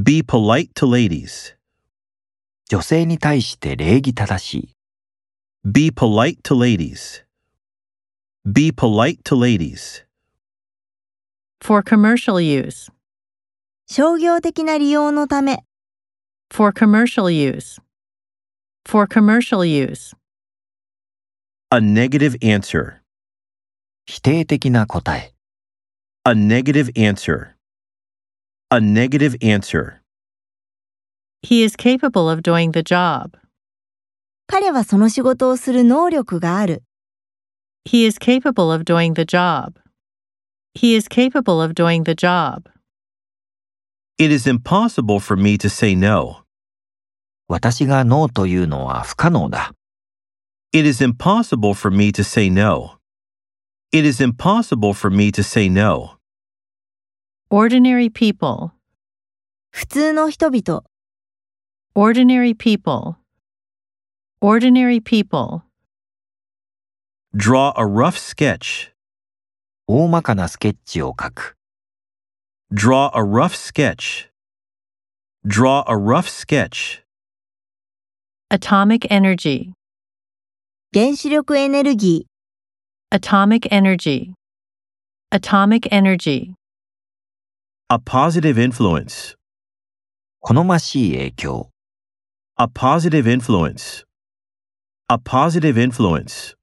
Be polite to ladies. 女性に対して礼儀正しい。 Be polite to ladies. Be polite to ladies. for commercial use, 商業的な利用のため、 for commercial use, for commercial use, A negative answer. 否定的な答え。 A negative answer. A negative answer. he is capable of doing the job. 彼はその仕事をする能力がある。 He is capable of doing the job. He is capable of doing the job. It is impossible for me to say no. 私がノーというのは不可能だ。 It is impossible for me to say no. It is impossible for me to say no. Ordinary people, 普通の人々、 ordinary people, ordinary people, Draw a rough sketch. 大まかなスケッチを書く。 Draw a rough sketch. Draw a rough sketch. atomic energy, 原子力エネルギ atomic energy, atomic energy, A positive influence. 好ましい影響。 A positive influence. A positive influence.